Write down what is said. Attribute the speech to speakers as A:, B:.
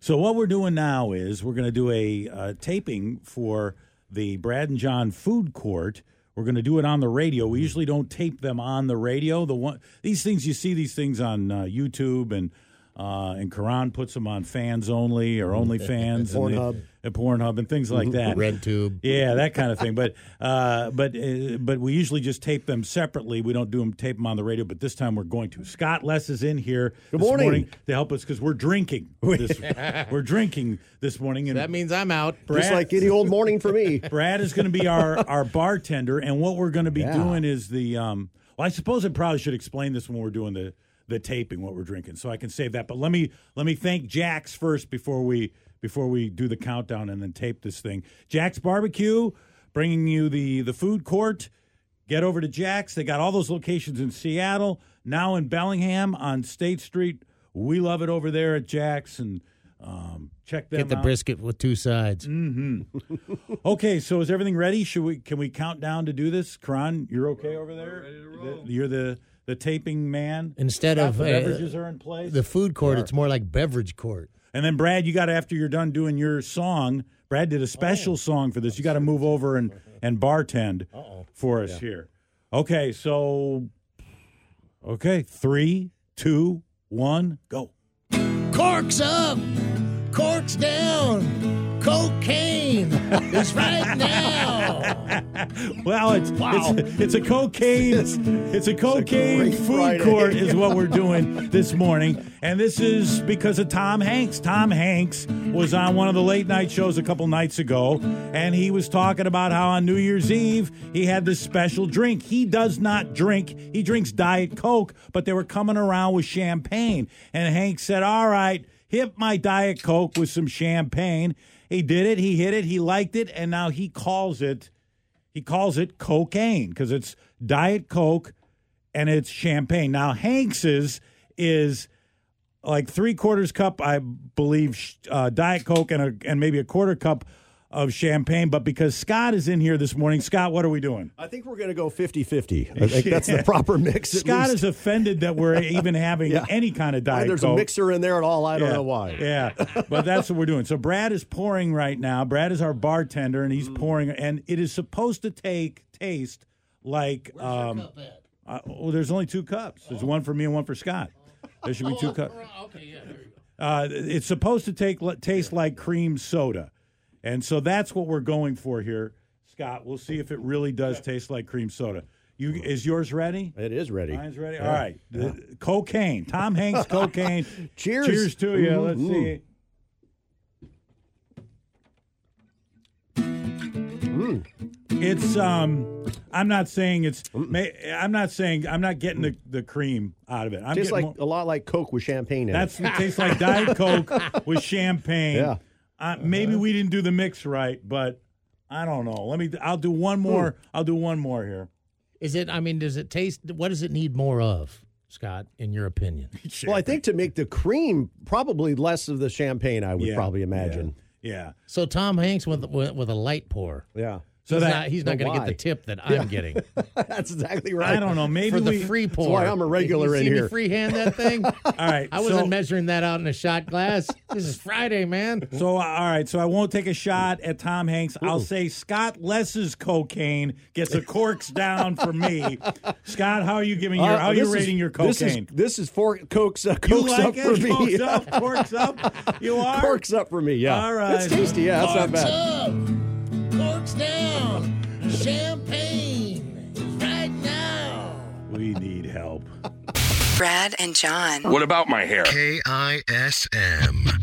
A: So what we're doing now is we're going to do a uh, taping for the Brad and John Food Court. We're going to do it on the radio. We usually don't tape them on the radio. The one these things you see these things on uh, YouTube and uh, and Karan puts them on fans only or only fans
B: Pornhub.
A: and, they- and Pornhub and things like that.
C: Red tube.
A: Yeah, that kind of thing. But uh, but uh, but we usually just tape them separately. We don't do them tape them on the radio. But this time we're going to. Scott Less is in here
B: Good
A: this
B: morning.
A: to help us because we're drinking. This, we're drinking this morning, and
C: That means I'm out.
A: Brad,
B: Just like any old morning for me.
A: Brad is going to be our our bartender. And what we're going to be
B: Yeah.
A: doing is the. Um, well, I suppose I probably should explain this when we're doing the the taping what we're drinking, so I can save that. But let me let me thank Jax first before we before we do the countdown and then tape this thing. Jax Barbecue bringing you the the food court. Get over to Jack's. They got all those locations in Seattle, now in Bellingham on State Street. We love it over there at Jack's, and um, check them
C: Get the
A: out.
C: brisket with two sides.
B: Mm.
A: Okay, so is everything ready? Should we? Can we count down to do this? Karan, you're okay over there. The- You're the the taping man.
C: Instead of
A: the
C: uh,
A: beverages are in place.
C: the food court, it's more like beverage court.
A: and then Brad, you got to after you're done doing your song. Brad did a special song for this. You got to move over and and bartend for us here. Okay, so okay, three, two, one, go.
C: Corks up, corks down, cocaine is right now.
A: Well, it's it's, it's a cocaine it's, a cocaine
B: great
A: food
B: Friday.
A: court is what we're doing this morning, and this is because of Tom Hanks. Tom Hanks was on one of the late night shows a couple nights ago, and he was talking about how on New Year's Eve he had this special drink. He does not drink; he drinks Diet Coke, but they were coming around with champagne, and Hanks said, "All right." hit my Diet Coke with some champagne. He did it. He hit it. He liked it. And now he calls it, he calls it cocaine because it's Diet Coke and it's champagne. Now Hanks's is like three quarters cup, I believe, sh- uh, Diet Coke and a, and maybe a quarter cup of champagne. But because Scott is in here this morning, Scott, what are we doing?
B: I think we're going to go 50 50. I think that's the proper mix. at
A: Scott
B: least.
A: is offended that we're even having
B: Yeah.
A: any kind of diet.
B: There's
A: Coke.
B: a mixer in there at all. I don't know why.
A: Yeah, but that's what we're doing. So Brad is pouring right now. Brad is our bartender, and he's
B: Mm.
A: pouring, and it is supposed to take taste like. um, uh, well, there's only two cups. There's one for me and one for Scott. There should be two cups.
C: Oh, Okay, yeah.
A: Uh, it's supposed to take taste like cream soda, and so that's what we're going for here, Scott. We'll see if it really does taste like cream soda. You is yours ready?
B: It is ready.
A: Mine's ready. All right. The- cocaine. Tom Hanks. Cocaine.
B: Cheers.
A: Cheers to you. Let's
B: Mhm.
A: see. It's um, I'm not saying it's. May, I'm not saying I'm not getting the, the cream out of it. I'm
B: Tastes
A: getting
B: like
A: more-
B: a lot like Coke with champagne in
A: that's
B: it.
A: it tastes like Diet Coke with champagne.
B: Yeah.
A: Uh, maybe we didn't do the mix right, but I don't know. Let me. I'll do one more. I'll do one more here.
C: Is it? I mean, does it taste? What does it need more of, Scott? In your opinion,
B: Well, I think to make the cream, probably less of the champagne, I would
A: Yeah.
B: probably imagine.
A: Yeah.
C: so Tom Hanks with with, with a light pour.
B: Yeah.
A: So
C: he's
A: that-
C: not, he's not
B: but
C: going to get the
B: why?
C: tip that I'm getting
B: That's exactly right.
A: I don't know. Maybe
C: for the
A: we,
C: free pour.
B: why I'm a regular
C: you
B: in
C: see me
B: here.
C: freehand that thing.
A: All right.
C: I wasn't
A: so,
C: measuring that out in a shot glass. this is Friday, man.
A: So all right, so I won't take a shot at Tom Hanks. I'll say Scott Less's cocaine gets a corks down for me. Scott, how are you giving your?
B: Uh,
A: how are you
B: this is-
A: rating your
B: This is,
A: cocaine?
B: this is for Coke's, uh,
A: you
B: Coke's
A: like
B: up
A: it?
B: for me.
A: Corks up, corks up. You are.
B: Corks up for me, yeah.
A: All right.
B: That's tasty, yeah. That's not bad.
C: up, corks down, champagne right now.
A: We need help.
D: Brad and John.
E: What about my hair?
F: K I S M.